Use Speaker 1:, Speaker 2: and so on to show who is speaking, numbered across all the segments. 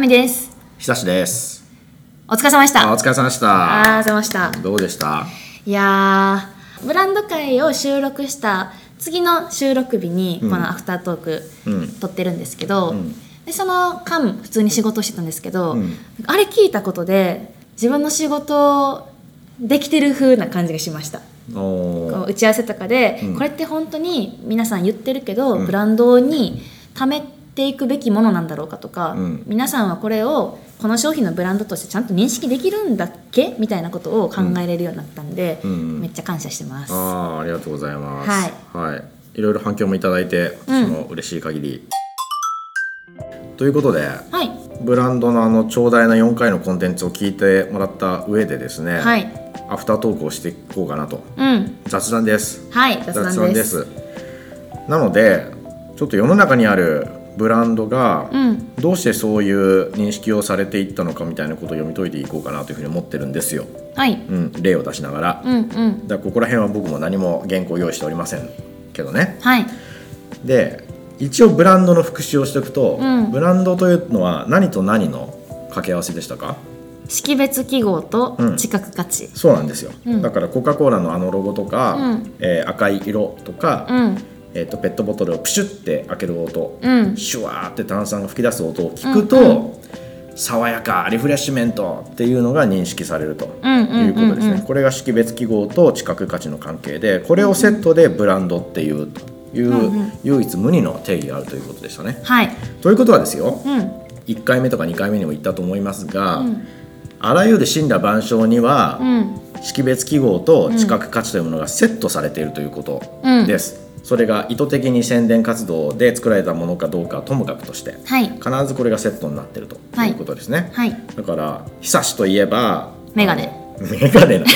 Speaker 1: みです。
Speaker 2: 久しです。
Speaker 1: お疲れ様でし
Speaker 2: あ
Speaker 1: た。
Speaker 2: お
Speaker 1: あ
Speaker 2: 疲れ様でし
Speaker 1: あー、
Speaker 2: た。
Speaker 1: 疲れ様でした。
Speaker 2: どうでした？
Speaker 1: いやー、ブランド会を収録した次の収録日に、このアフタートーク、
Speaker 2: うん
Speaker 1: 撮ってるんですけど、
Speaker 2: ん
Speaker 1: でその間、普通に仕事してたんですけど、
Speaker 2: うん
Speaker 1: あれ聞いたことで、自分の仕事できてる風な感じがしました。
Speaker 2: お
Speaker 1: こう
Speaker 2: ー
Speaker 1: 打ち合わせとかで、
Speaker 2: うん
Speaker 1: これって本当に皆さん言ってるけど、
Speaker 2: うん
Speaker 1: ブランドに貯めていくべきものなんだろうかとか、
Speaker 2: うん
Speaker 1: 皆さんはこれをこの商品のブランドとしてちゃんと認識できるんだっけみたいなことを考えれるようになったんで、
Speaker 2: うんうん
Speaker 1: めっちゃ感謝してます。
Speaker 2: あーありがとうございます。
Speaker 1: はい
Speaker 2: はい。い、ろいろ反響もいただいて、
Speaker 1: うん
Speaker 2: その嬉しい限り。ということで、
Speaker 1: はい、
Speaker 2: ブランドのあの長大な4回のコンテンツを聞いてもらった上でですね、
Speaker 1: はい、
Speaker 2: アフタートークをしていこうかなと
Speaker 1: うん、
Speaker 2: 雑談です。
Speaker 1: はい、雑談です。
Speaker 2: なのでちょっと世の中にあるブランドが
Speaker 1: うん、
Speaker 2: どうしてそういう認識をされていったのかみたいなことを読み解いていこうかなというふうに思ってるんですよ、
Speaker 1: はい、
Speaker 2: うん、例を出しながらだか
Speaker 1: うん、うん、
Speaker 2: らここら辺は僕も何も原稿用意しておりませんけどね
Speaker 1: はい、
Speaker 2: で一応ブランドの復習をしておくと、
Speaker 1: うん
Speaker 2: ブランドというのは何と何の掛け合わせでしたか
Speaker 1: 識別記号と
Speaker 2: うん
Speaker 1: 知覚価値。
Speaker 2: そうなんですよ、
Speaker 1: うん
Speaker 2: だからコカ・コーラのあのロゴとか、
Speaker 1: うん
Speaker 2: えー赤い色とか、
Speaker 1: うん、
Speaker 2: えー、とペットボトルをプシュッて開ける音、
Speaker 1: うん、
Speaker 2: シュワーって炭酸が吹き出す音を聞くと、爽やかリフレッシュメントっていうのが認識されると
Speaker 1: うんうん
Speaker 2: いうことですね、これが識別記号と知覚価値の関係でこれをセットでブランドっていうという、
Speaker 1: うんうん
Speaker 2: 唯一無二の定義があるということでしたね。
Speaker 1: はい、
Speaker 2: ということはですよ
Speaker 1: うん、
Speaker 2: 1回目とか2回目にも言ったと思いますが、
Speaker 1: うん
Speaker 2: あらゆる森羅万象には、
Speaker 1: うん、
Speaker 2: 識別記号と知覚価値というものがセットされているということです、それが意図的に宣伝活動で作られたものかどうかはともかくとして
Speaker 1: はい、
Speaker 2: 必ずこれがセットになっていると
Speaker 1: はい
Speaker 2: いうことですね、
Speaker 1: はい、
Speaker 2: だから久しといえば
Speaker 1: メガネ
Speaker 2: メガ ネなの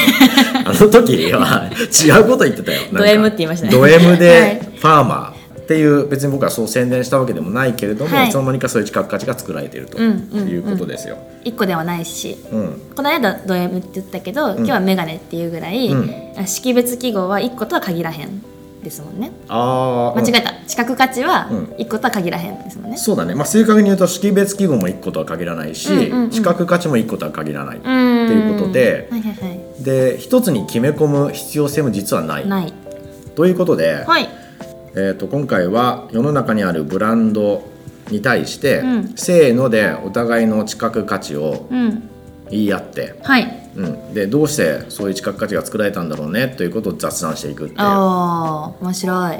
Speaker 2: あの時は違うこと言ってたよなんか
Speaker 1: ド M って言いましたね
Speaker 2: ド M
Speaker 1: は
Speaker 2: で
Speaker 1: い
Speaker 2: ファーマーっていう別に僕はそう宣伝したわけでもないけれども、
Speaker 1: はい
Speaker 2: い、つの間にかそういう知覚価値が作られていると
Speaker 1: うんうんうん
Speaker 2: いうことですよ、
Speaker 1: 一個ではないし。
Speaker 2: うん
Speaker 1: この間ド M って言ったけど、今日はメガネっていうぐらい、
Speaker 2: う
Speaker 1: あ識別記号は1個とは限らへんですもんね
Speaker 2: ああ
Speaker 1: 間違えた、知覚価値は
Speaker 2: うん
Speaker 1: 1個とは限らへんですもんね、
Speaker 2: そうだね、まあ、正確に言うと識別記号も1個とは限らないし、
Speaker 1: うんうんうん
Speaker 2: 視覚価値も1個とは限らない、
Speaker 1: うーん、
Speaker 2: っていうことで
Speaker 1: はいはいはい
Speaker 2: で一つに決め込む必要性も実はない
Speaker 1: ない
Speaker 2: ということで、
Speaker 1: はい
Speaker 2: えー、と今回は世の中にあるブランドに対して、
Speaker 1: うん
Speaker 2: せーのでお互いの知覚価値を
Speaker 1: うん
Speaker 2: 言い合って、
Speaker 1: はい
Speaker 2: うん、でどうしてそういう知覚価値が作られたんだろうねということを雑談していくっていう
Speaker 1: あー面白い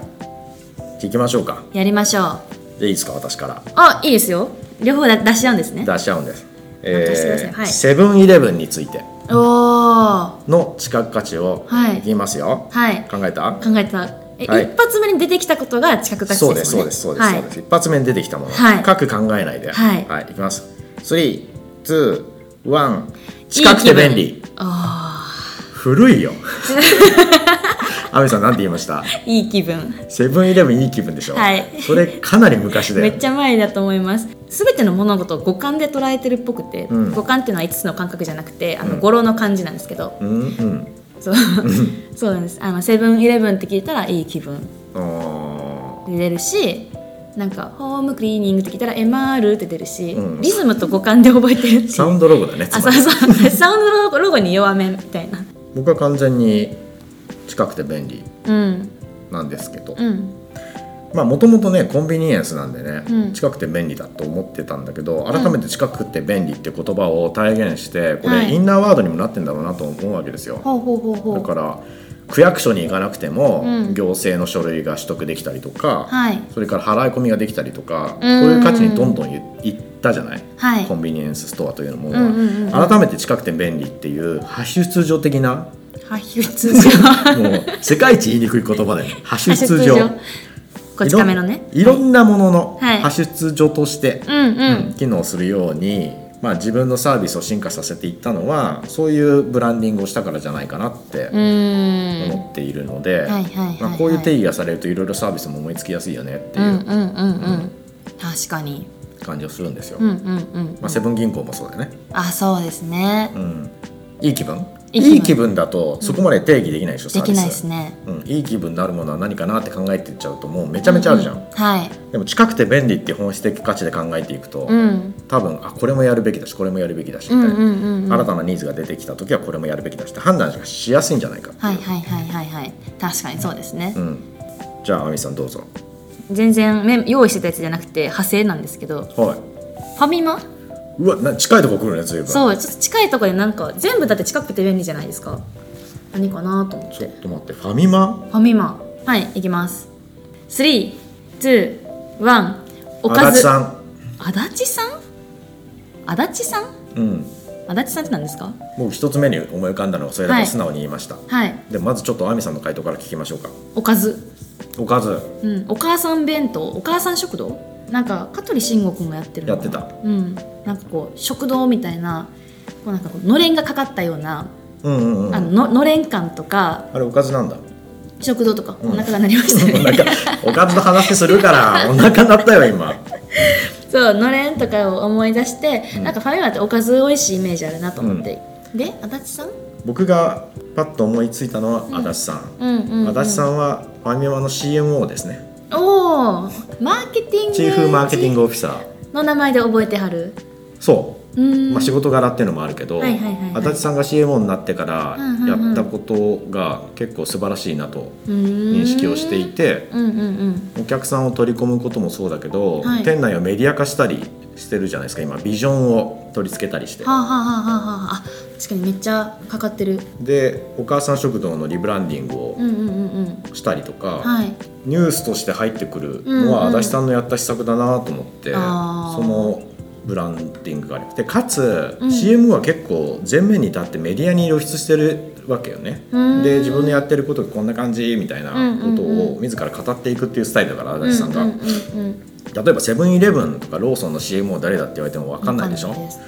Speaker 2: 聞きましょうか
Speaker 1: やりましょう
Speaker 2: でいいですか私から
Speaker 1: あいいですよ両方だ出し合うんですね
Speaker 2: 出しちゃうんです。
Speaker 1: 任せてください
Speaker 2: え
Speaker 1: は
Speaker 2: ー
Speaker 1: い
Speaker 2: セブンイレブンについて
Speaker 1: おー
Speaker 2: の知覚価値を
Speaker 1: はい
Speaker 2: 言いますよ。
Speaker 1: はい
Speaker 2: 考えた
Speaker 1: 考えたえ、
Speaker 2: はい
Speaker 1: 一発目に出てきたことが知覚価値です
Speaker 2: そ
Speaker 1: も
Speaker 2: うん
Speaker 1: ね
Speaker 2: ですそうですそうですそうです、一発目に出てきたもの、
Speaker 1: はい
Speaker 2: 深く考えないで
Speaker 1: は
Speaker 2: はいい、いきます321近くて便利
Speaker 1: いい気分あ
Speaker 2: 古いよアミさんなんて言いました
Speaker 1: ーいい気分
Speaker 2: セブンイレブンいい気分でしょ、
Speaker 1: はい
Speaker 2: それかなり昔だ
Speaker 1: め
Speaker 2: よ
Speaker 1: っちゃ前だと思います全ての物事を五感で捉えてるっぽくて、
Speaker 2: うん
Speaker 1: 五感っていうのは5つの感覚じゃなくてあの
Speaker 2: うん
Speaker 1: 語呂の感じなんですけど、
Speaker 2: うんうん
Speaker 1: そうそうなんですあのセブンイレブンって聞いたらいい気分
Speaker 2: あ
Speaker 1: で出るしなんかホームクリーニングって聞いたら MR って出るし、
Speaker 2: うん
Speaker 1: リズムと五感で覚えてるってい
Speaker 2: ー
Speaker 1: う
Speaker 2: サウンドロゴだね
Speaker 1: あそ
Speaker 2: つま
Speaker 1: う
Speaker 2: り
Speaker 1: そうサウンドロゴロゴに弱めみたいな
Speaker 2: 僕は完全に近くて便利
Speaker 1: うん
Speaker 2: なんですけど、
Speaker 1: うん
Speaker 2: まあもともとねコンビニエンスなんでね、
Speaker 1: うん
Speaker 2: 近くて便利だと思ってたんだけど改めて近くて便利って言葉を体現してこれ、
Speaker 1: はい
Speaker 2: インナーワードにもなってんだろうなと思うわけですよ
Speaker 1: ほうほうほうほ
Speaker 2: だ
Speaker 1: う
Speaker 2: から区役所に行かなくても、
Speaker 1: うん
Speaker 2: 行政の書類が取得できたりとか、
Speaker 1: はい
Speaker 2: それから払い込みができたりとか、
Speaker 1: うん
Speaker 2: そういう価値にどんどんいいったじゃない、
Speaker 1: はい
Speaker 2: コンビニエンスストアというもの
Speaker 1: う
Speaker 2: は、
Speaker 1: んうんうんうん
Speaker 2: 改めて近くて便利っていう派出上的 な
Speaker 1: は 普通じゃ
Speaker 2: もう世界一言いにくい言葉だよね派 出上
Speaker 1: こち亀のね
Speaker 2: いろんいろんなものの
Speaker 1: はい
Speaker 2: 派出所として、
Speaker 1: うんう
Speaker 2: うん
Speaker 1: ん
Speaker 2: 機能するように、まあ、自分のサービスを進化させていったのはそういうブランディングをしたからじゃないかなって
Speaker 1: うーん
Speaker 2: 思っているので、
Speaker 1: はいはいはいはい
Speaker 2: まあ、こういう定義がされるといろいろサービスも思いつきやすいよねって
Speaker 1: う
Speaker 2: い
Speaker 1: ん
Speaker 2: う
Speaker 1: うんうんうん確かに
Speaker 2: 感じをするんですよ。
Speaker 1: うんうんうん
Speaker 2: まあ、セブン銀行もそうだよね、
Speaker 1: あそうですね
Speaker 2: うん、いい気分いい気分だとそこまで定義できないでしょ、
Speaker 1: で
Speaker 2: サー
Speaker 1: き
Speaker 2: ビス
Speaker 1: ないですね
Speaker 2: うん、いい気分になるものは何かなって考えていっちゃうともうめちゃめちゃあるじゃん、
Speaker 1: うはい
Speaker 2: でも近くて便利って本質的価値で考えていくと、
Speaker 1: うん
Speaker 2: 多分あこれもやるべきだしこれもやるべきだしみ
Speaker 1: うん
Speaker 2: たいな、
Speaker 1: うんうんうん
Speaker 2: 新たなニーズが出てきた時はこれもやるべきだしって判断がしやすいんじゃないかっていう
Speaker 1: はいはいはいはいはい確かにそうですね
Speaker 2: う、ん、じゃあ亜美さんどうぞ
Speaker 1: 全然め用意してたやつじゃなくて派生なんですけどフ
Speaker 2: はい
Speaker 1: ァミマ
Speaker 2: うわな近いとこ来るね随分
Speaker 1: そうちょっと近いところでなんか全部だって近くて便利じゃないですか何かなと思っ
Speaker 2: ちょ
Speaker 1: て
Speaker 2: っと待ってファミマ
Speaker 1: ファミマはいいきます321お
Speaker 2: 足
Speaker 1: か
Speaker 2: 立
Speaker 1: ず
Speaker 2: さん
Speaker 1: 足立さん足立さん
Speaker 2: うん
Speaker 1: 足立さんって何ですか
Speaker 2: もう一つ目に思い浮かんだのはそれだ
Speaker 1: は
Speaker 2: け
Speaker 1: い
Speaker 2: 素直に言いました、
Speaker 1: はい
Speaker 2: でまずちょっと亜美さんの回答から聞きましょうか
Speaker 1: おかず、
Speaker 2: おかず
Speaker 1: うん、お母さん弁当お母さん食堂なんか香取慎吾くんがやってる
Speaker 2: や
Speaker 1: の
Speaker 2: ってた
Speaker 1: うんなんかこう食堂みたいなこうなんかこうのれんがかかったような、
Speaker 2: うんうんうん
Speaker 1: あのののれん感とか
Speaker 2: あれおかずなんだ
Speaker 1: 食堂とか
Speaker 2: う
Speaker 1: お
Speaker 2: ん
Speaker 1: 腹が鳴りました よね、
Speaker 2: なんかおかずの話するからお腹鳴ったよ今
Speaker 1: そうのれんとかを思い出して、
Speaker 2: うん
Speaker 1: なんかファミマっておかず美味しいイメージあるなと思って、で足立さん
Speaker 2: 僕がパッと思いついたのは足立さん、
Speaker 1: うんうん、
Speaker 2: 足立さ
Speaker 1: ん
Speaker 2: んはファミマの CMO ですね
Speaker 1: おおマーケティング
Speaker 2: チーフマーケティングオフィサー
Speaker 1: の名前で覚えてはる
Speaker 2: そう
Speaker 1: ーん
Speaker 2: まあ、仕事柄っていうのもあるけど、
Speaker 1: はいはいはいはい
Speaker 2: 足立さんが CMO になってから
Speaker 1: うんうんうん
Speaker 2: やったことが結構素晴らしいなと認
Speaker 1: 認
Speaker 2: 識をしていて、
Speaker 1: うんうんうん
Speaker 2: お客さんを取り込むこともそうだけど、
Speaker 1: はい
Speaker 2: 店内をメディア化したりしてるじゃないですか今ビジョンを取り付けたりして
Speaker 1: はあはあはあはあはああ確かにめっちゃかかってる
Speaker 2: でお母さん食堂のリブランディングを
Speaker 1: うんうんうんうん
Speaker 2: したりとか、
Speaker 1: はい
Speaker 2: ニュースとして入ってくるのは
Speaker 1: うんうん
Speaker 2: 足立さんのやった施策だなと思って、
Speaker 1: あー
Speaker 2: そのブランディングがありますでかつ、
Speaker 1: うん
Speaker 2: CM は結構前面に立ってメディアに露出してるわけよね
Speaker 1: うーん
Speaker 2: で自分のやってることがこんな感じみたいなこと
Speaker 1: うんうん
Speaker 2: を自ら語っていくっていうスタイルだから足立さんが、
Speaker 1: うんうんうんうん
Speaker 2: 例えばセブンイレブンとかローソンの CM を誰だって言われても分かんないでしょ
Speaker 1: わかんないす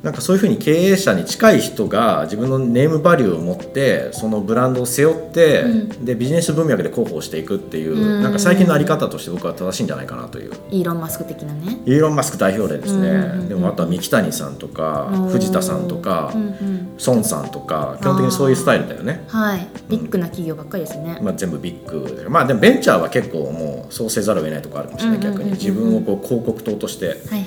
Speaker 2: なんかそういうふうに経営者に近い人が自分のネームバリューを持ってそのブランドを背負って、
Speaker 1: う
Speaker 2: でビジネス文脈で広報していくっていう、
Speaker 1: うん
Speaker 2: なんか最近のあり方として僕は正しいんじゃないかなという
Speaker 1: イーロン・マスク的なね
Speaker 2: イーロン・マスク代表例ですね、
Speaker 1: うんうんうん
Speaker 2: でもあとは三木谷さんとか
Speaker 1: おー
Speaker 2: 藤田さんとか、
Speaker 1: うんうん
Speaker 2: 孫さんとか基本的にそういうスタイルだよね。
Speaker 1: はいビッグな企業ばっかりですね、
Speaker 2: まあ、全部ビッグでまあでもベンチャーは結構もうそうせざるを得ないとこあるかもしれない、
Speaker 1: うんうんうんうん
Speaker 2: 逆に自分をこう広告塔として
Speaker 1: はいはいはいはい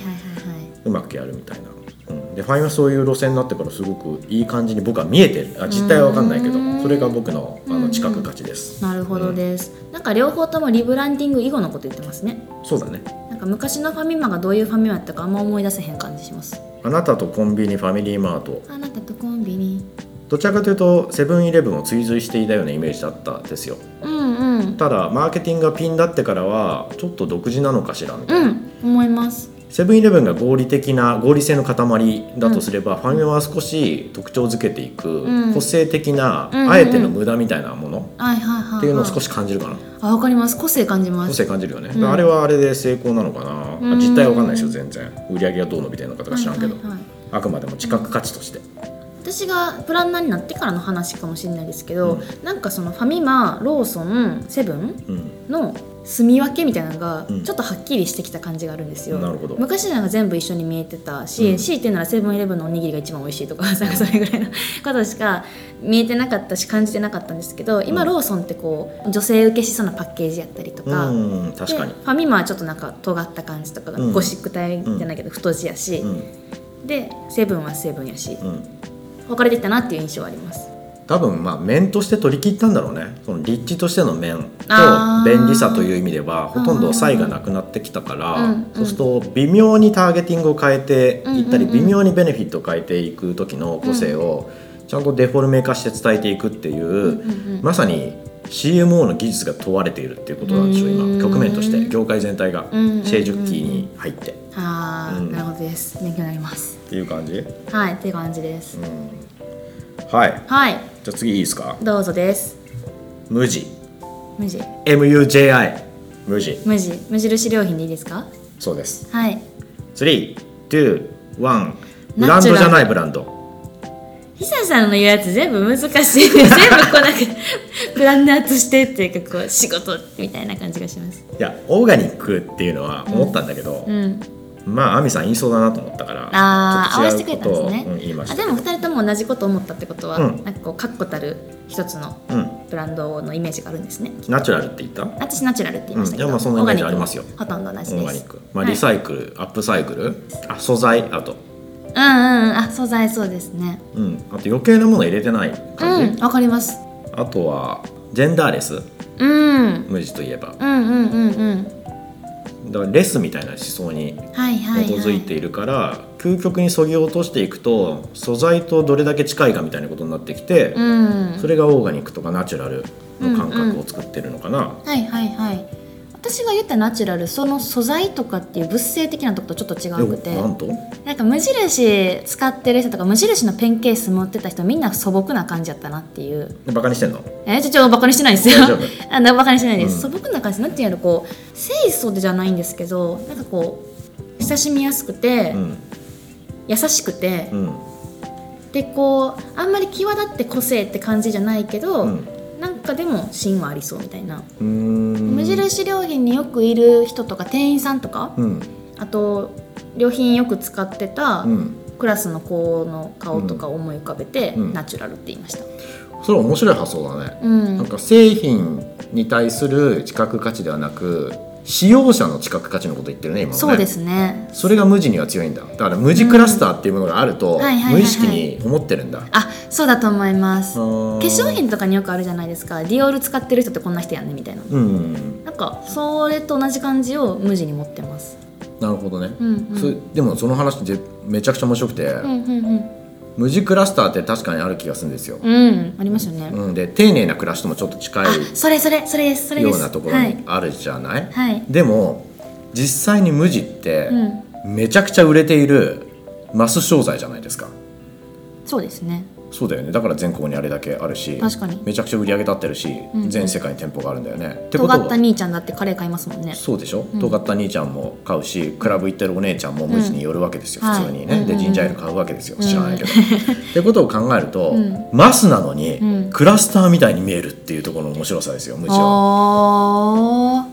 Speaker 1: う
Speaker 2: まくやるみたいな、うん、でファインはそういう路線になってからすごくいい感じに僕は見えてるあ実態は分かんないけど
Speaker 1: うん
Speaker 2: それが僕のあ
Speaker 1: うんう
Speaker 2: の
Speaker 1: ん
Speaker 2: 近く価値です、
Speaker 1: なるほどです、なんか両方ともリブランディング以後のこと言ってますね
Speaker 2: そうだね
Speaker 1: なんか昔のファミマがどういうファミマやったかあんま思い出せへん感じします
Speaker 2: あなたとコンビニファミリーマート
Speaker 1: あなたとコンビニ
Speaker 2: どちらかというとセブンイレブンを追随していたようなイメージだったんですよ
Speaker 1: うんうん
Speaker 2: ただマーケティングがピンだってからはちょっと独自なのかしらみたいな、
Speaker 1: うん思います
Speaker 2: セブンイレブンが合理的な合理性の塊だとすれば、ファミマは少し特徴づけていく、
Speaker 1: うん
Speaker 2: 個性的な、
Speaker 1: うんうん
Speaker 2: あえての無駄みたいなもの
Speaker 1: はいはいはい、は
Speaker 2: っていうのを少
Speaker 1: し
Speaker 2: し感じるかな、
Speaker 1: あわかります個性感じま
Speaker 2: 個
Speaker 1: す
Speaker 2: 性感じるよね、
Speaker 1: うん
Speaker 2: あれはあれで成功なのかな、
Speaker 1: うん
Speaker 2: 実態は分かんないですよ全然売り上げがどう伸びてるのかとか知らんけ
Speaker 1: はい
Speaker 2: ど、
Speaker 1: はいはい
Speaker 2: あくまでも知覚価値として、
Speaker 1: 私がプランナーになってからの話かもしれないですけど、
Speaker 2: う
Speaker 1: なんかそのファミマローソンセブン
Speaker 2: うん
Speaker 1: の住み分けみたいなのが
Speaker 2: うん
Speaker 1: ちょっとはっきりしてきた感じがあるんですよ、
Speaker 2: なるほど
Speaker 1: 昔なんか全部一緒に見えてたし、
Speaker 2: うん
Speaker 1: 強いて言うならセブンイレブンのおにぎりが一番美味しいとかなんかそれぐらいのことしか見えてなかったし感じてなかったんですけど今
Speaker 2: うん
Speaker 1: ローソンってこう女性受けしそうなパッケージやったりとか、
Speaker 2: うん確かに
Speaker 1: でファミマはちょっとなんか尖った感じとかが、
Speaker 2: うん
Speaker 1: ゴシック体じゃないけど太字やし、
Speaker 2: うん
Speaker 1: でセブンはセブンやし
Speaker 2: うん
Speaker 1: 分かれてきたなっていう印象はあります
Speaker 2: 多分まあ面として取り切ったんだろうねその立地としての面
Speaker 1: あ
Speaker 2: と
Speaker 1: ー
Speaker 2: 便利さという意味ではほとんど差異がなくなってきたから、
Speaker 1: うんうん
Speaker 2: そうすると微妙にターゲティングを変えていったり、
Speaker 1: うんうんうん
Speaker 2: 微妙にベネフィットを変えていく時の個性をちゃんとデフォルメ化して伝えていくっていう、まさに CMO の技術が問われているっていうことなんでしょう
Speaker 1: うーん
Speaker 2: 今局面として業界全体が
Speaker 1: うんうんうん
Speaker 2: 成熟期に入ってっ
Speaker 1: ああ、
Speaker 2: うん
Speaker 1: なるほどです勉強になります
Speaker 2: ていう感じ、うん、
Speaker 1: はいっていう感じです、
Speaker 2: はい
Speaker 1: はい
Speaker 2: じゃあ次いいですか
Speaker 1: どうぞです
Speaker 2: 無地
Speaker 1: 無地
Speaker 2: MUJI 無地
Speaker 1: 無地無印良品でいいですか
Speaker 2: そうです
Speaker 1: はいナチュ
Speaker 2: 321ブラン
Speaker 1: ラル
Speaker 2: ドじゃないブランド
Speaker 1: 久さんの言うやつ全部難しい 全部こうなんかプランナーとしてっていうかこう仕事みたいな感じがします
Speaker 2: いやオーガニックっていうのは思ったんだけど、
Speaker 1: うん
Speaker 2: まあ亜美さん言いそうだなと思ったから
Speaker 1: あー
Speaker 2: ちょ
Speaker 1: 合わ
Speaker 2: っと違う
Speaker 1: せてくれたんですね
Speaker 2: ことをうん言いまし
Speaker 1: あ
Speaker 2: た
Speaker 1: でも2人とも同じこと思ったってことは、
Speaker 2: うん
Speaker 1: なんかこう確固たる一つの
Speaker 2: うん、
Speaker 1: ブランドのイメージがあるんですね
Speaker 2: ナチュラルって言った
Speaker 1: 私ナチュラルって言いましたけど、
Speaker 2: うんいやまあそのイメージありますよ
Speaker 1: オーガニックほとんど同じ
Speaker 2: オー
Speaker 1: で
Speaker 2: ガニ
Speaker 1: す
Speaker 2: ック、まあ、
Speaker 1: はい
Speaker 2: リサイクル、アップサイクルあ素材あと、
Speaker 1: うんうんうんあ素材そうですね
Speaker 2: うん、あと余計なもの入れてない感
Speaker 1: うん
Speaker 2: じ、
Speaker 1: わかります
Speaker 2: あとはジェンダーレス
Speaker 1: うん
Speaker 2: 無地といえば
Speaker 1: うんうんうんうん
Speaker 2: だからレスみたいな思想に
Speaker 1: はいはい、はい、
Speaker 2: 基づいているから、究極にそぎ落としていくと素材とどれだけ近いかみたいなことになってきて、
Speaker 1: うん
Speaker 2: それがオーガニックとかナチュラルの感覚を作ってるのかな、
Speaker 1: はいはいはい私が言ったナチュラルその素材とかっていう物性的なとことちょっと違うくて
Speaker 2: でもなんと
Speaker 1: なんか無印使ってる人とか無印のペンケース持ってた人みんな素朴な感じやったなっていう
Speaker 2: バカにしてんの
Speaker 1: えちょちょバカにしてないですよ
Speaker 2: 大丈
Speaker 1: あのバカにしてないです、
Speaker 2: うん
Speaker 1: 素朴な感じなんていうんやろこう清楚でじゃないんですけどなんかこう親しみやすくて、
Speaker 2: うん
Speaker 1: 優しくて、
Speaker 2: うん
Speaker 1: でこうあんまり際立って個性って感じじゃないけど、
Speaker 2: うん
Speaker 1: なんかでも芯はありそうみたいな、
Speaker 2: うーん
Speaker 1: 無印良品によくいる人とか店員さんとか、
Speaker 2: うん
Speaker 1: あと良品よく使ってた
Speaker 2: うん
Speaker 1: クラスの子の顔とかを思い浮かべて、
Speaker 2: うん
Speaker 1: ナチュラルって言いました、
Speaker 2: それ面白い発想だね、
Speaker 1: うん
Speaker 2: なんか製品に対する知覚価値ではなく使用者の知覚価値のこと言ってるね今のね
Speaker 1: そうですね
Speaker 2: それが無地には強いんだだから無地クラスターっていうものがあると
Speaker 1: んはいはいはいはい
Speaker 2: 無意識に思ってるんだ、
Speaker 1: あそうだと思います化
Speaker 2: 化
Speaker 1: 粧品とかによくあるじゃないですかディオール使ってる人ってこんな人やんねみたいな
Speaker 2: うん
Speaker 1: なんかそれと同じ感じを無地に持ってます
Speaker 2: なるほどね、
Speaker 1: うんうん
Speaker 2: それでもその話でめちゃくちゃ面白くて、
Speaker 1: うんうん
Speaker 2: 無地クラスターって確かにある気がするんですよ、
Speaker 1: うんうんありますよね、
Speaker 2: うん、で丁寧な暮らしともちょっと近い
Speaker 1: あそれそれそれですそれです
Speaker 2: ようなところにあるじゃない、
Speaker 1: はい、はい
Speaker 2: でも実際に無地って
Speaker 1: うん
Speaker 2: めちゃくちゃ売れているマス商材じゃないですか
Speaker 1: そうですね
Speaker 2: そうだよねだから全国にあれだけあるし
Speaker 1: 確かに
Speaker 2: めちゃくちゃ売り上げ立ってるし、
Speaker 1: うん
Speaker 2: 全世界に店舗があるんだよねってこ
Speaker 1: 尖
Speaker 2: と
Speaker 1: った
Speaker 2: は
Speaker 1: 兄ちゃんだってカレー買いますもんね
Speaker 2: そうでしょ
Speaker 1: ん
Speaker 2: 尖った兄ちゃんも買うし、クラブ行ってるお姉ちゃんも無地に寄るわけですよ、
Speaker 1: うん
Speaker 2: 普通にね、
Speaker 1: はい
Speaker 2: で
Speaker 1: うん
Speaker 2: ジンジャーエール買うわけですよ、知らないけど、ってことを考えると、
Speaker 1: うん
Speaker 2: マスなのに、
Speaker 1: うん
Speaker 2: クラスターみたいに見えるっていうところの面白さですよ無地は、
Speaker 1: おー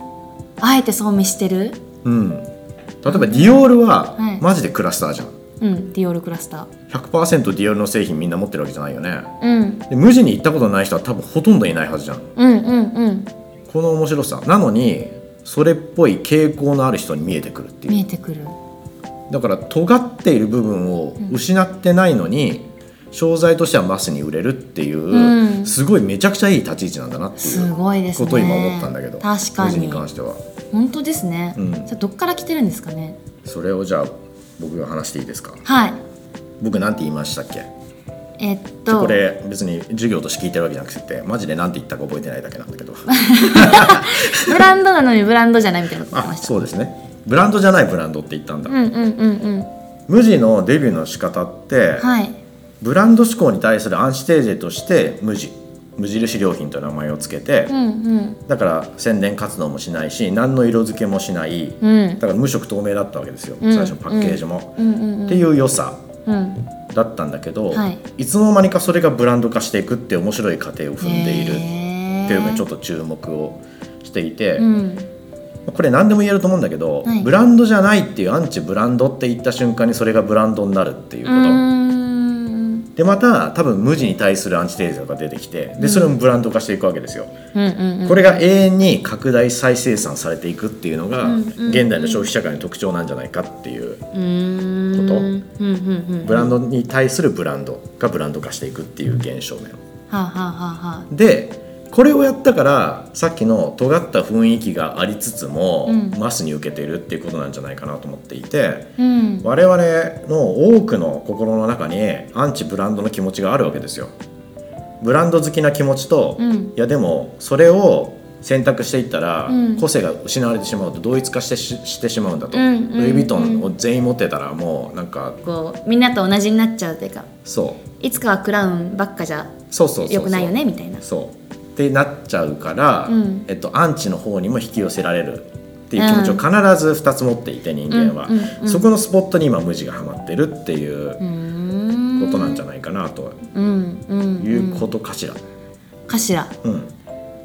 Speaker 1: あえてそう見してる
Speaker 2: うん、例えばディオールは、
Speaker 1: はい
Speaker 2: マジでクラスターじゃん
Speaker 1: うんディオールクラスター
Speaker 2: 100%ディオールの製品みんな持ってるわけじゃないよね
Speaker 1: うん
Speaker 2: で無地に行ったことない人は多分ほとんどいないはずじゃん
Speaker 1: うんうんうん
Speaker 2: この面白さなのにそれっぽい傾向のある人に見えてくるって
Speaker 1: 見
Speaker 2: い
Speaker 1: え
Speaker 2: う
Speaker 1: てくる
Speaker 2: だから尖っている部分を失ってないのに、商材としてはマスに売れるっていう、
Speaker 1: うん
Speaker 2: すごいめちゃくちゃいい立ち位置なんだなってい
Speaker 1: す
Speaker 2: う
Speaker 1: ごいです
Speaker 2: こ
Speaker 1: ね
Speaker 2: とを今思ったんだけど
Speaker 1: 確か
Speaker 2: 無地
Speaker 1: に
Speaker 2: に関しては
Speaker 1: 本当ですね、
Speaker 2: うん
Speaker 1: じゃあどっから来てるんですかね
Speaker 2: それをじゃあ僕が話していいですか
Speaker 1: はい
Speaker 2: 僕なんて言いましたっけ
Speaker 1: えっ
Speaker 2: で
Speaker 1: と
Speaker 2: これ別に授業として聞いてるわけじゃなくてマジでなんて言ったか覚えてないだけなん だけど
Speaker 1: ブランドなのにブランドじゃないみたいなこと言って
Speaker 2: あ
Speaker 1: ました
Speaker 2: そうですねブランドじゃないブランドって言ったんだ、
Speaker 1: うんうんうんうん
Speaker 2: 無地のデビューの仕方って、
Speaker 1: はい
Speaker 2: ブランド志向に対するアンチテーゼとして無地無印良品という名前をつけて、
Speaker 1: うんうん
Speaker 2: だから宣伝活動もしないし何の色付けもしない、
Speaker 1: うん
Speaker 2: だから無色透明だったわけですよ、
Speaker 1: ん
Speaker 2: 最初のパッケージも、
Speaker 1: うんうん
Speaker 2: っていう良さ
Speaker 1: うん
Speaker 2: だったんだけど、
Speaker 1: はい
Speaker 2: つの間にかそれがブランド化していくって面白い過程を踏んでいる
Speaker 1: へー
Speaker 2: っていうのにちょっと注目をしていて、
Speaker 1: うん
Speaker 2: これ何でも言えると思うんだけど、
Speaker 1: はい
Speaker 2: ブランドじゃないっていうアンチブランドって言った瞬間にそれがブランドになるっていう
Speaker 1: う
Speaker 2: こと。
Speaker 1: ーん
Speaker 2: でまた多分無地に対するアンチテーゼが出てきてでそれもブランド化していくわけですよ、
Speaker 1: うんうんうん
Speaker 2: これが永遠に拡大再生産されていくっていうのが
Speaker 1: うんうん
Speaker 2: 現代の消費社会の特徴なんじゃないかってい
Speaker 1: う
Speaker 2: う
Speaker 1: ーん
Speaker 2: こと
Speaker 1: うんうんうん
Speaker 2: ブランドに対するブランドがブランド化していくっていう現象面
Speaker 1: はあ、はあはあは
Speaker 2: でこれをやったからさっきの尖った雰囲気がありつつも、
Speaker 1: うん
Speaker 2: マスに受けてるっていうことなんじゃないかなと思っていて
Speaker 1: あ、うん、
Speaker 2: 我々の多くの心の中にアンチブランドの気持ちがあるわけですよブランド好きな気持ちと、
Speaker 1: うん
Speaker 2: いやでもそれを選択していったら、
Speaker 1: うん
Speaker 2: 個性が失われてしまうと同一化してししてしまうんだと、
Speaker 1: うんうん
Speaker 2: ルイ・ヴィトンを全員持ってたらもうなんか
Speaker 1: こうみんなと同じになっちゃうというか
Speaker 2: そう
Speaker 1: いつかはクラウンばっかじゃ
Speaker 2: そうそうそうそう
Speaker 1: 良くないよねみたいな
Speaker 2: そうってなっちゃうから、
Speaker 1: うん
Speaker 2: えっと、アンチの方にも引き寄せられるっていう気持ちを必ず2つ持っていて人間は、
Speaker 1: うんうんうん
Speaker 2: そこのスポットに今無地がはまってるっていう
Speaker 1: うーん
Speaker 2: ことなんじ
Speaker 1: ゃ
Speaker 2: ゃないかなと
Speaker 1: うんうん、
Speaker 2: い
Speaker 1: うん、
Speaker 2: うことかしら、
Speaker 1: かしら
Speaker 2: うん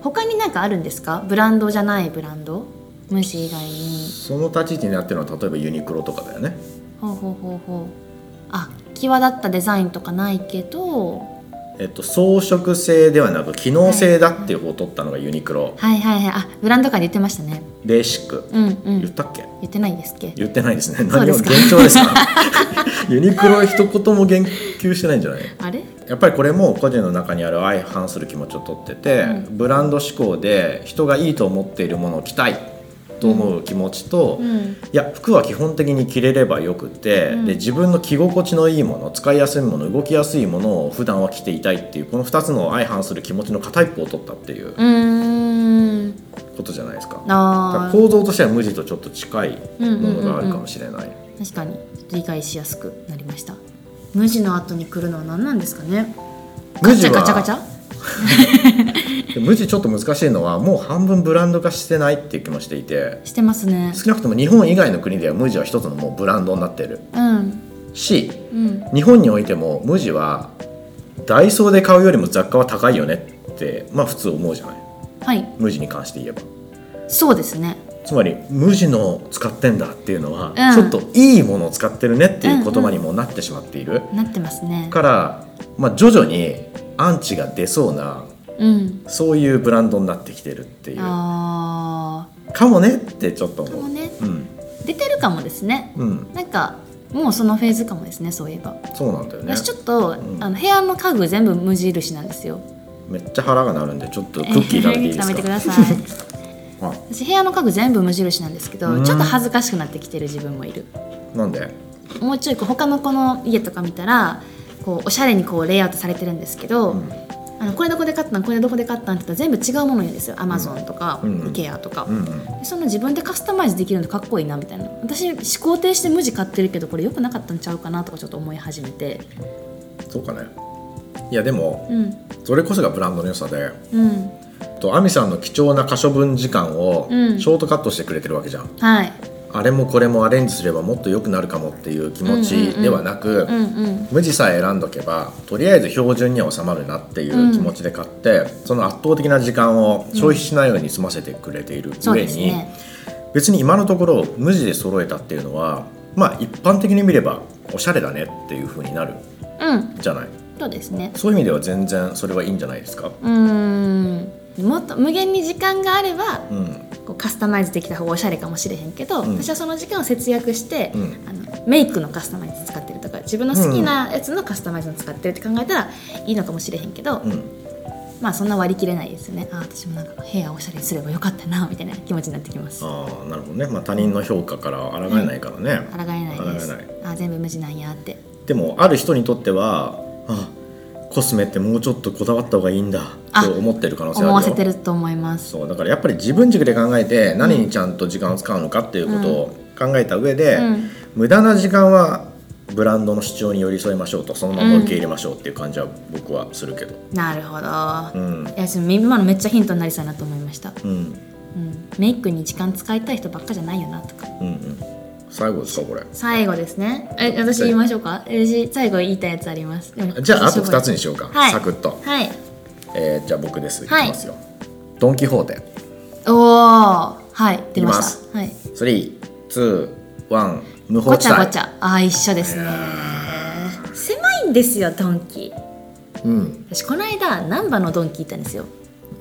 Speaker 1: 他になんかあるんですかブランドじゃないブランド無地以外に
Speaker 2: その立ち位置になってるのは例えばユニクロとかだよね
Speaker 1: ほうほうほうほうあ際立ったデザインとかないけど
Speaker 2: えっと、装飾性ではなく機能性だっていう方を取ったのがユニクロ、
Speaker 1: はいはいはいあブランド会で言ってましたね
Speaker 2: ベーシック、
Speaker 1: うんうん
Speaker 2: 言ったっけ
Speaker 1: 言ってないんですっけ
Speaker 2: 言ってないですね
Speaker 1: そう
Speaker 2: 何
Speaker 1: で
Speaker 2: を
Speaker 1: すか
Speaker 2: 幻聴ですか ユニクロは一言も言及してないんじゃない
Speaker 1: あれ
Speaker 2: やっぱりこれも個人の中にある相反する気持ちを取ってて、
Speaker 1: うん
Speaker 2: ブランド志向で人がいいと思っているものを着たいと思う気持ちと、
Speaker 1: う
Speaker 2: い
Speaker 1: ん
Speaker 2: や服は基本的に着れればよくて、
Speaker 1: うん
Speaker 2: で自分の着心地のいいもの使いやすいもの動きやすいものを普段は着ていたいっていうこの2つの相反する気持ちの片一方を取ったっていう
Speaker 1: うーん
Speaker 2: ことじゃないですか。だから
Speaker 1: あー
Speaker 2: 構造としては無地とちょっと近いものがあるかもしれない。
Speaker 1: 確かにちょっと理解しやすくなりました無地の後に来るのは何なんですかねガ
Speaker 2: 無
Speaker 1: チ
Speaker 2: 地
Speaker 1: ャ
Speaker 2: は
Speaker 1: ガチャガチャ
Speaker 2: で無地ちょっと難しいのはもう半分ブランド化してないっていう気もしていて
Speaker 1: してますね
Speaker 2: 少なくとも日本以外の国では無地は一つのもうブランドになっている
Speaker 1: うん
Speaker 2: し
Speaker 1: うん
Speaker 2: 日本においても無地はダイソーで買うよりも雑貨は高いよねってまあ普通思うじゃない
Speaker 1: はい
Speaker 2: 無地に関して言えば
Speaker 1: そうですね
Speaker 2: つまり無地の使ってんだっていうのは、
Speaker 1: うん
Speaker 2: ちょっといいものを使ってるねっていう言葉にもなってしまっている、
Speaker 1: なってますね
Speaker 2: から、まあ、徐々にアンチが出そうな
Speaker 1: うん
Speaker 2: そういうブランドになってきてるっていう
Speaker 1: あ
Speaker 2: かもねってちょっと
Speaker 1: ーか
Speaker 2: 思
Speaker 1: も
Speaker 2: う。
Speaker 1: ね
Speaker 2: うん
Speaker 1: 出てるかもですね
Speaker 2: うん、
Speaker 1: なんかもうそのフェーズかもですねそういえば、
Speaker 2: そうなんだよね
Speaker 1: 私ちょっと、
Speaker 2: うん
Speaker 1: あの部屋の家具全部無印なんですよ
Speaker 2: めっちゃ腹が鳴るんでちょっとクッキー食べていいです か
Speaker 1: 食べてください
Speaker 2: あ
Speaker 1: 私部屋の家具全部無印なんですけど、
Speaker 2: うん
Speaker 1: ちょっと恥ずかしくなってきてる自分もいる
Speaker 2: なんで
Speaker 1: もうちょいこう他の子の家とか見たらこうおしゃれにこうレイアウトされてるんですけど、
Speaker 2: うん
Speaker 1: あのこれどこで買ったんこれどこで買ったんって言ったら全部違うもの言うんですよアマゾンとか、
Speaker 2: うんうん
Speaker 1: IKEA とか、
Speaker 2: うんうん
Speaker 1: でその自分でカスタマイズできるのかっこいいなみたいな私思考停止で無地買ってるけどこれ良くなかったんちゃうかなとかちょっと思い始めて
Speaker 2: そうかねいやでも
Speaker 1: うん
Speaker 2: それこそがブランドの良さで
Speaker 1: うん
Speaker 2: と亜美さんの貴重な箇所分時間をシ
Speaker 1: うん
Speaker 2: ョートカットしてくれてるわけじゃん、
Speaker 1: はい
Speaker 2: あれもこれもアレンジすればもっと良くなるかもっていう気持ちではなく、
Speaker 1: うんうん
Speaker 2: 無地さえ選んどけばとりあえず標準には収まるなっていう気持ちで買って、その圧倒的な時間を消費しないように済ませてくれている
Speaker 1: そう
Speaker 2: 上
Speaker 1: です
Speaker 2: に、
Speaker 1: ね
Speaker 2: 別に今のところ無地で揃えたっていうのはまあ一般的に見ればおしゃれだねっていう風になる
Speaker 1: うん
Speaker 2: じゃない
Speaker 1: そうですね
Speaker 2: そういう意味では全然それはいいんじゃないですか
Speaker 1: うーんもっと無限に時間があれば
Speaker 2: うん
Speaker 1: こうカスタマイズできた方がおしゃれかもしれへんけど、
Speaker 2: うん
Speaker 1: 私はその時間を節約して、
Speaker 2: うん
Speaker 1: あのメイクのカスタマイズ使ってるとか自分の好きなやつのカスタマイズを使ってるって考えたらいいのかもしれへんけど、
Speaker 2: うん
Speaker 1: まあそんな割り切れないですよねあー私もなんか部屋おしゃれにすればよかったなみたいな気持ちになってきます抗
Speaker 2: ああなるほどね、まあ、他人の評価から抗えないからね、
Speaker 1: えないです
Speaker 2: 抗えない
Speaker 1: あー全部無地なんやって
Speaker 2: でもある人にとってはあコスメってもうちょっとこだわった方がいいんだ
Speaker 1: あ
Speaker 2: と思ってる可能性あるよ
Speaker 1: 思わせてると思います
Speaker 2: そうだからやっぱり自分軸で考えて何にちゃんと時間を使うのかっていうことを考えた上で、
Speaker 1: うん
Speaker 2: 無駄な時間はブランドの主張に寄り添いましょうとそのまま受け入れましょうっていう感じは僕はするけど
Speaker 1: なるほど、
Speaker 2: うん
Speaker 1: いやでも今のめっちゃヒントになりそうやなと思いました、
Speaker 2: うん
Speaker 1: うん、メイクに時間使いたい人ばっかじゃないよなとか
Speaker 2: うんうん最後ですかこれ
Speaker 1: 最後ですねえ私言いましょうか私最後言いたいやつありますでも
Speaker 2: じゃああと2つ
Speaker 1: に
Speaker 2: にしようか、
Speaker 1: はい
Speaker 2: サクッと、
Speaker 1: はい
Speaker 2: えーじゃあ僕ですいき
Speaker 1: はい
Speaker 2: ますよ、ドン・キホーテ
Speaker 1: おおはい出ましたはい
Speaker 2: 321無法
Speaker 1: ごち
Speaker 2: 地
Speaker 1: ゃ
Speaker 2: 帯
Speaker 1: ごちゃあー一緒ですね狭いんですよドンキ
Speaker 2: うん
Speaker 1: 私この間難波のドンキ行ったんですよ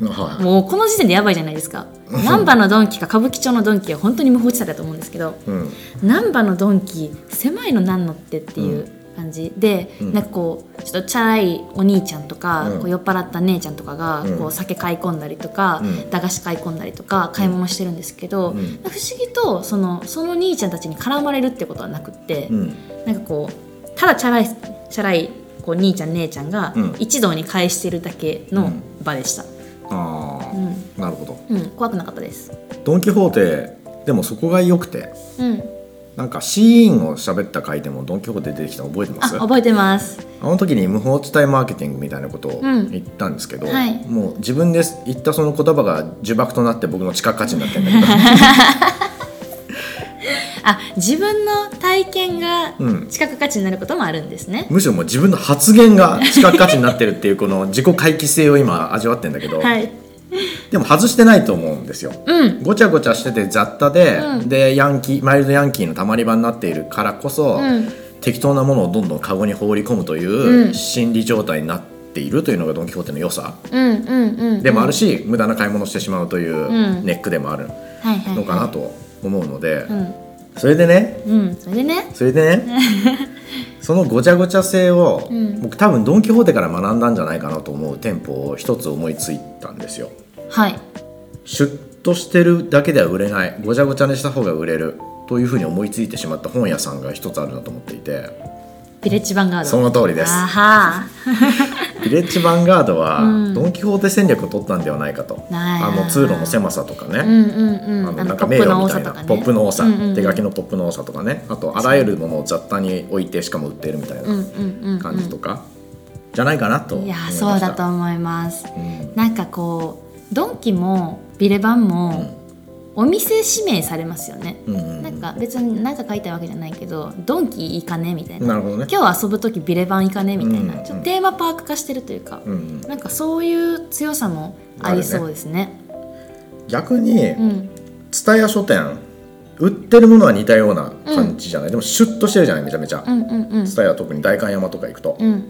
Speaker 2: はい
Speaker 1: もうこの時点でやばいじゃないですか難波のドンキか歌舞伎町のドンキは本当に無法地帯だと思うんですけど
Speaker 2: うん
Speaker 1: 難波のドンキ狭いのなんのってっていう感じで、
Speaker 2: うん
Speaker 1: なんかこうちょっとチャラいお兄ちゃんとか、
Speaker 2: うん
Speaker 1: こう酔っ払った姉ちゃんとかが、
Speaker 2: うん
Speaker 1: こう酒買い込んだりとか、
Speaker 2: うん
Speaker 1: 駄菓子買い込んだりとか買い物してるんですけど、
Speaker 2: うん
Speaker 1: 不思議とそのその兄ちゃんたちに絡まれるってことはなくって、
Speaker 2: うん
Speaker 1: なんかこうただチャラいチャラいこう兄ちゃん姉ちゃんが
Speaker 2: うん
Speaker 1: 一堂に会してるだけ
Speaker 2: う
Speaker 1: の
Speaker 2: ん
Speaker 1: 場でした、
Speaker 2: ああ、
Speaker 1: うん
Speaker 2: なるほど
Speaker 1: うん、怖くなかったです、
Speaker 2: ドン・キホーテでもそこが良くて
Speaker 1: うん、
Speaker 2: なんかシーンを喋った回でもドン・キホーテ出てきたの覚えてま
Speaker 1: あ
Speaker 2: すあ
Speaker 1: 覚えてます
Speaker 2: の時に無法地帯マーケティングみたいなことを
Speaker 1: うん
Speaker 2: 言ったんですけど、
Speaker 1: はい
Speaker 2: もう自分で言ったその言葉が呪縛となって僕の近価値になってるんだけど
Speaker 1: あ自分の体験が
Speaker 2: うん
Speaker 1: 知覚価値になることもあるんですね、
Speaker 2: むしろもう自分の発言が近価値になってるっていうこの自己回帰性を今味わってんだけど、
Speaker 1: はい
Speaker 2: でも外してないと思うんですよ
Speaker 1: うん
Speaker 2: ごちゃごちゃしてて雑多で、
Speaker 1: うん
Speaker 2: でヤンキーマイルドヤンキーのたまり場になっているからこ
Speaker 1: う
Speaker 2: そ、
Speaker 1: ん
Speaker 2: 適当なものをどんどんカゴに放り込むと
Speaker 1: う
Speaker 2: い
Speaker 1: ん
Speaker 2: う心理状態になっているというのがドン・キホーテの良さ
Speaker 1: うんうんうん
Speaker 2: でもあるし、無駄な買い物をしてしまうとい
Speaker 1: ん
Speaker 2: うネックでもある
Speaker 1: はいはいはい
Speaker 2: のかなと思うので、
Speaker 1: うん
Speaker 2: それでね
Speaker 1: うんそれでね
Speaker 2: それで ねそのごちゃごちゃ性を、
Speaker 1: うん
Speaker 2: 僕多分ドン・キホーテから学んだんじゃないかなと思う店舗を一つ思いついたんですよ。
Speaker 1: はい
Speaker 2: シュッとしてるだけでは売れないごちゃごちゃにした方が売れるというふうに思いついてしまった本屋さんが一つあるなと思っていて
Speaker 1: ビレッジヴァンガード
Speaker 2: その通りです
Speaker 1: あは
Speaker 2: ヴィレッジヴァンガードは
Speaker 1: うん
Speaker 2: ドン・キホーテ戦略を取ったんではないかと、
Speaker 1: なあ
Speaker 2: あの通路の狭さとか
Speaker 1: ー
Speaker 2: ね、
Speaker 1: うんうんうん
Speaker 2: あの
Speaker 1: あ
Speaker 2: な
Speaker 1: のポ
Speaker 2: んか
Speaker 1: ッ
Speaker 2: 迷
Speaker 1: プ
Speaker 2: 路
Speaker 1: の
Speaker 2: み
Speaker 1: 多
Speaker 2: た
Speaker 1: さ
Speaker 2: いな
Speaker 1: とかね
Speaker 2: ポップの多さ、
Speaker 1: うんうん
Speaker 2: 手書きのポップの多さとかねあとあらゆるものを雑多に置いてしかも売ってるみたい
Speaker 1: うん
Speaker 2: な
Speaker 1: うんうんうん
Speaker 2: 感じとか、じゃないかなと思
Speaker 1: い
Speaker 2: い
Speaker 1: や
Speaker 2: ました
Speaker 1: ーそうだと思います
Speaker 2: うん
Speaker 1: なんかこうドンキもビレバンもお店指名されますよね、
Speaker 2: うんうん
Speaker 1: なんか別に何か書いたわけじゃないけどドンキ行かねみたいな
Speaker 2: なるほどね、
Speaker 1: 今日遊ぶ時ビレバン行かねみたいな、
Speaker 2: うん
Speaker 1: ちょっとテーマパーク化してるというか、
Speaker 2: うん、
Speaker 1: なんかそういう強さもありそうですね
Speaker 2: 逆に、
Speaker 1: うん
Speaker 2: 蔦屋書店売ってるものは似たような感じじゃない、でもシュッとしてるじゃないめちゃめちゃ
Speaker 1: うんうんうん
Speaker 2: 蔦屋、は特に代官山とか行くと、
Speaker 1: うん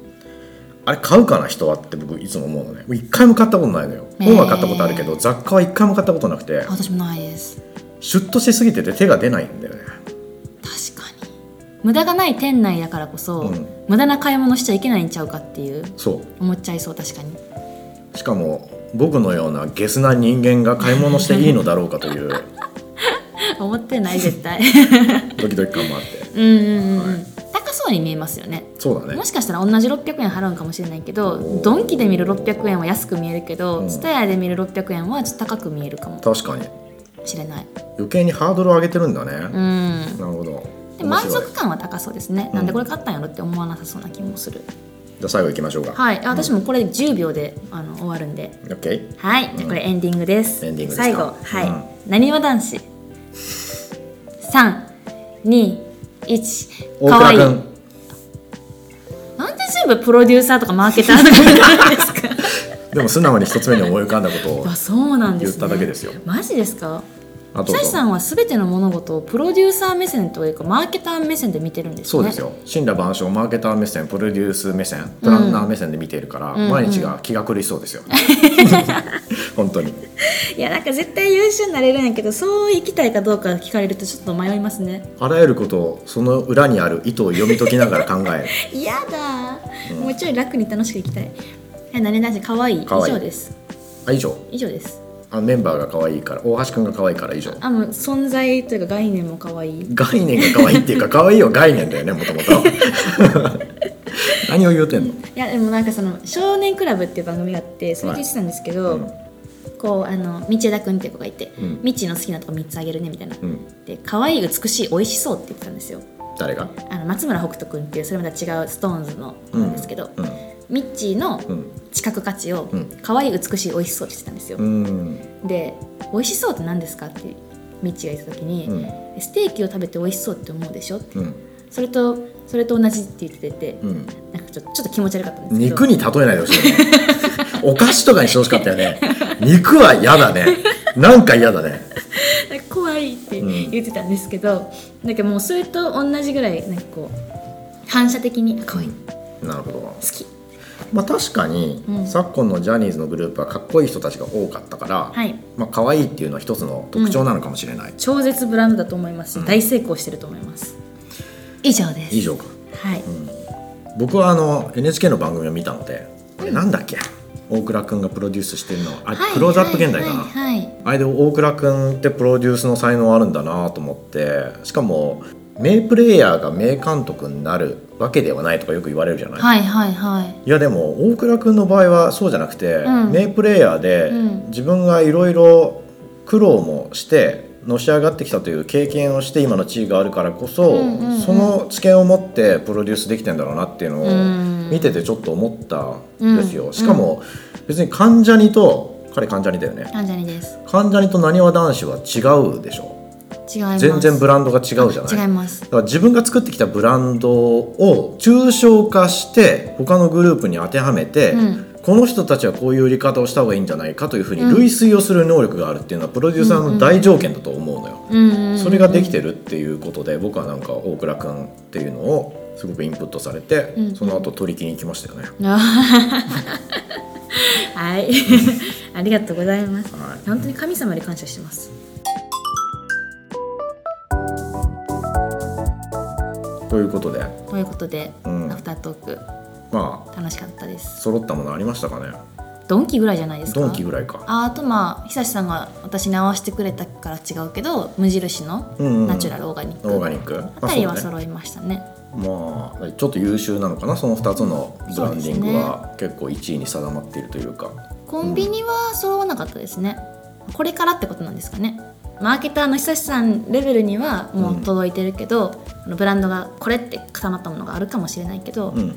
Speaker 2: あれ買うかな人はって僕いつも思うのねもう一回も買ったことないのよ
Speaker 1: へー
Speaker 2: 本は買ったことあるけど雑貨は一回も買ったことなくて
Speaker 1: あ私もないです
Speaker 2: シュッとしすぎてて手が出ないんだよね
Speaker 1: 確かに無駄がない店内だからこそ、
Speaker 2: うん
Speaker 1: 無駄な買い物しちゃいけないんちゃうかっていう
Speaker 2: そ
Speaker 1: 思っちゃいそう確かに
Speaker 2: うしかも僕のようなゲスな人間が買い物していいのだろうかと いう
Speaker 1: 思ってない絶 対
Speaker 2: ドキドキ感もあって
Speaker 1: うんうんうん、うん高そうに見えますよね
Speaker 2: そうだね
Speaker 1: もしかしたら同じ600円払うんかもしれないけど
Speaker 2: おー
Speaker 1: ドンキで見る600円は安く見えるけ
Speaker 2: う
Speaker 1: ど
Speaker 2: ん
Speaker 1: TSUTAYA、で見る600円はちょっと高く見えるかも
Speaker 2: 確かに
Speaker 1: しれない
Speaker 2: 余計にハードルを上げてるんだね、
Speaker 1: うん
Speaker 2: なるほど
Speaker 1: で
Speaker 2: 面
Speaker 1: 満
Speaker 2: 白い
Speaker 1: 足感は高そうですね、
Speaker 2: ん
Speaker 1: なんでこれ買ったんやろって思わなさそうな気もする
Speaker 2: じゃあ最後行きましょうか
Speaker 1: はいあ私もこれ10秒であの終わるんで
Speaker 2: OK
Speaker 1: はい、じゃあこれエンディングです。
Speaker 2: エンディングですか
Speaker 1: 最後、はい、
Speaker 2: うん
Speaker 1: なにわ男子。三、二、一、
Speaker 2: 大
Speaker 1: 可愛い
Speaker 2: 倉君
Speaker 1: なんで全部プロデューサーとかマーケターとか になるんですか。
Speaker 2: でも素直に一つ目に思い浮かんだこと を
Speaker 1: あ、そうなんです、ね。
Speaker 2: 言っただけですよ
Speaker 1: マジですか。
Speaker 2: あと
Speaker 1: 久石さんはすべての物事をプロデューサー目線というか、マーケター目線で見てるんですね。
Speaker 2: そうですよ神羅万象マーケター目線プロデュース目線プランナー目線で見ているから、
Speaker 1: うん
Speaker 2: 毎日が気が狂いそうですよ 本当に
Speaker 1: いや、なんか絶対優秀になれるんやけど、そう行きたいかどうか聞かれると、ちょっと迷いますね。
Speaker 2: あらゆることをその裏にある意図を読み解きながら考える
Speaker 1: やだ、もうちょい楽に楽しく行きたい。え、なにわ男子、可愛い。以
Speaker 2: 可愛い
Speaker 1: 上です。
Speaker 2: あ以上
Speaker 1: 以上です。
Speaker 2: あメンバーが可愛いから大橋くんが可愛いから以上
Speaker 1: あの存在というか概念も可愛い
Speaker 2: 概念が可愛いっていうか可愛いは概念だよねもともと 何を言うてんの
Speaker 1: いやでもなんかその「少年クラブ」っていう番組があってそれ聞いてたんですけど、こうあの道枝君っていう子がいて、
Speaker 2: うん
Speaker 1: みちの好きなとこ3つあげるねみたいな、
Speaker 2: うん、うん、
Speaker 1: で可愛い美しい美味しそうって言ってたんですよ
Speaker 2: 誰が
Speaker 1: あの松村北斗君っていうそれまた違う SixTONES の子なんですけど、
Speaker 2: うん
Speaker 1: ミッチーの
Speaker 2: うん
Speaker 1: 知覚価値を、
Speaker 2: うん
Speaker 1: 可愛い美しい美味しそうって言ってたんですよ、
Speaker 2: うん
Speaker 1: で美味しそうって何ですかってミッチーが言った時に、
Speaker 2: うん
Speaker 1: ステーキを食べて美味しそうって思うでしょって
Speaker 2: うん
Speaker 1: それとそれと同じって言ってて、
Speaker 2: うん
Speaker 1: なんかちょっとちょっと気持ち悪かったんですけど
Speaker 2: 肉に例えないでほしいねお菓子とかにしてほしかった よね肉は嫌だねなんか嫌だね
Speaker 1: なんか怖いって
Speaker 2: うん
Speaker 1: 言ってたんですけど、なんかもうそれと同じぐらいなんかこう反射的にあ可愛い好
Speaker 2: なるほど、
Speaker 1: き
Speaker 2: まあ、確かに、
Speaker 1: うん
Speaker 2: 昨今のジャニーズのグループはかっこいい人たちが多かったから、
Speaker 1: はい
Speaker 2: まあ可愛いっていうのは一つの特徴なのかもしれない、
Speaker 1: 超絶ブランドだと思いますし、
Speaker 2: うん
Speaker 1: 大成功してると思います以上です
Speaker 2: 以上か
Speaker 1: はい、
Speaker 2: 僕はあの NHK の番組を見たので、あれなんだっけ大倉君がプロデュースしてるのあれ、
Speaker 1: はい
Speaker 2: クローズアップ現代かな、
Speaker 1: はいはいはい
Speaker 2: あれで大倉君ってプロデュースの才能あるんだなと思ってしかも名プレイヤーが名監督になるわけではないとかよく言われるじゃない、
Speaker 1: はいはいはい
Speaker 2: いやでも大倉君の場合はそうじゃなくて、
Speaker 1: ん
Speaker 2: 名プレイヤーで
Speaker 1: うん
Speaker 2: 自分がいろいろ苦労もしてのし上がってきたという経験をして今の地位があるからこそ、
Speaker 1: うんうんうん
Speaker 2: その知見を持ってプロデュースできてんだろうなっていうの
Speaker 1: う
Speaker 2: を
Speaker 1: ん
Speaker 2: 見ててちょっと思ったんですよ、
Speaker 1: うん
Speaker 2: しかも別に関ジャニと彼関ジャニだよね
Speaker 1: 関ジャニです
Speaker 2: 関ジャニとなにわ男子は違うでしょ
Speaker 1: 違います
Speaker 2: 全然ブランドが違うじゃない
Speaker 1: 違います
Speaker 2: だから自分が作ってきたブランドを抽象化して他のグループに当てはめて、
Speaker 1: うん
Speaker 2: この人たちはこういう売り方をした方がいいんじゃないかというふうに類推をする能力があるっていうのはプロデューサーの大条件だと思うのよ。
Speaker 1: うん
Speaker 2: それができてるっていうことで僕はなんか大倉君っていうのをすごくインプットされて、
Speaker 1: うん
Speaker 2: その後取り木に行きましたよね。
Speaker 1: あはは はい ありがとうございます
Speaker 2: はい
Speaker 1: 本当に神様に感謝してます
Speaker 2: ということで、
Speaker 1: ということで、
Speaker 2: うん
Speaker 1: アフタートーク
Speaker 2: まあ
Speaker 1: 楽しかったです
Speaker 2: 揃ったものありましたかね
Speaker 1: ドンキぐらいじゃないですか
Speaker 2: ドンキぐらいか。
Speaker 1: ああとまあ久志さんが私に合わせてくれたから違うけど無印の
Speaker 2: うんうん
Speaker 1: ナチュラルオーガニック、
Speaker 2: オーガニック
Speaker 1: あたりは
Speaker 2: そうね
Speaker 1: 揃いましたね
Speaker 2: まあちょっと優秀なのかなその2つのブランディング
Speaker 1: そ
Speaker 2: は結構1位に定まっているというか
Speaker 1: コンビニは揃わなかったですねこれからってことなんですかねマーケターの久志さんレベルにはもう届いてるけど、あのブランドがこれって固まったものがあるかもしれないけど、
Speaker 2: うん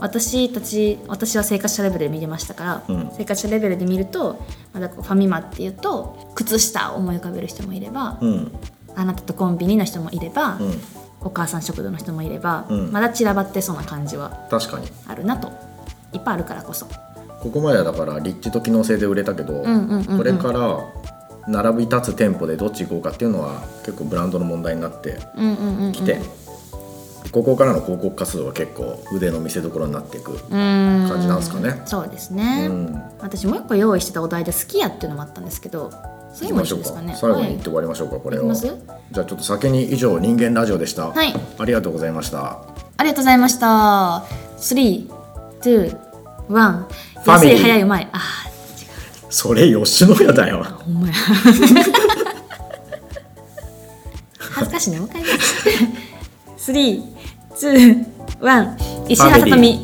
Speaker 1: 私たち私は生活者レベルで見れましたから、
Speaker 2: うん
Speaker 1: 生活者レベルで見るとまだこうファミマっていうと靴下を思い浮かべる人もいれば、
Speaker 2: うん
Speaker 1: あなたとコンビニの人もいれば、
Speaker 2: うん
Speaker 1: お母さん食堂の人もいれば、
Speaker 2: うん
Speaker 1: まだ散らばってそうな感じは
Speaker 2: 確かに
Speaker 1: あるなといっぱいあるからこそ
Speaker 2: ここまではだから立地と機能性で売れたけど、
Speaker 1: うんうんうんうん
Speaker 2: これから並び立つ店舗でどっち行こうかっていうのは結構ブランドの問題になって
Speaker 1: うんうんうんうん
Speaker 2: きて、ここからの広告活動は結構腕の見せ所になっていく、
Speaker 1: 感
Speaker 2: 感じなんですかね
Speaker 1: そうです
Speaker 2: う
Speaker 1: ね、
Speaker 2: ん、
Speaker 1: 私もう一個用意してたお題で「好きや」っていうのもあったんですけどそれも一緒ですかね
Speaker 2: 最後に言って終わりましょうかこれ
Speaker 1: い
Speaker 2: を
Speaker 1: きます
Speaker 2: じゃあちょっと先に以上人間ラジオでした、
Speaker 1: はい
Speaker 2: ありがとうございました
Speaker 1: ありがとうございました321
Speaker 2: ファミリー
Speaker 1: 安い早いうまいあ
Speaker 2: それ吉野家だよ
Speaker 1: ーほんまや恥ずかし いねもう一回321石原さとみ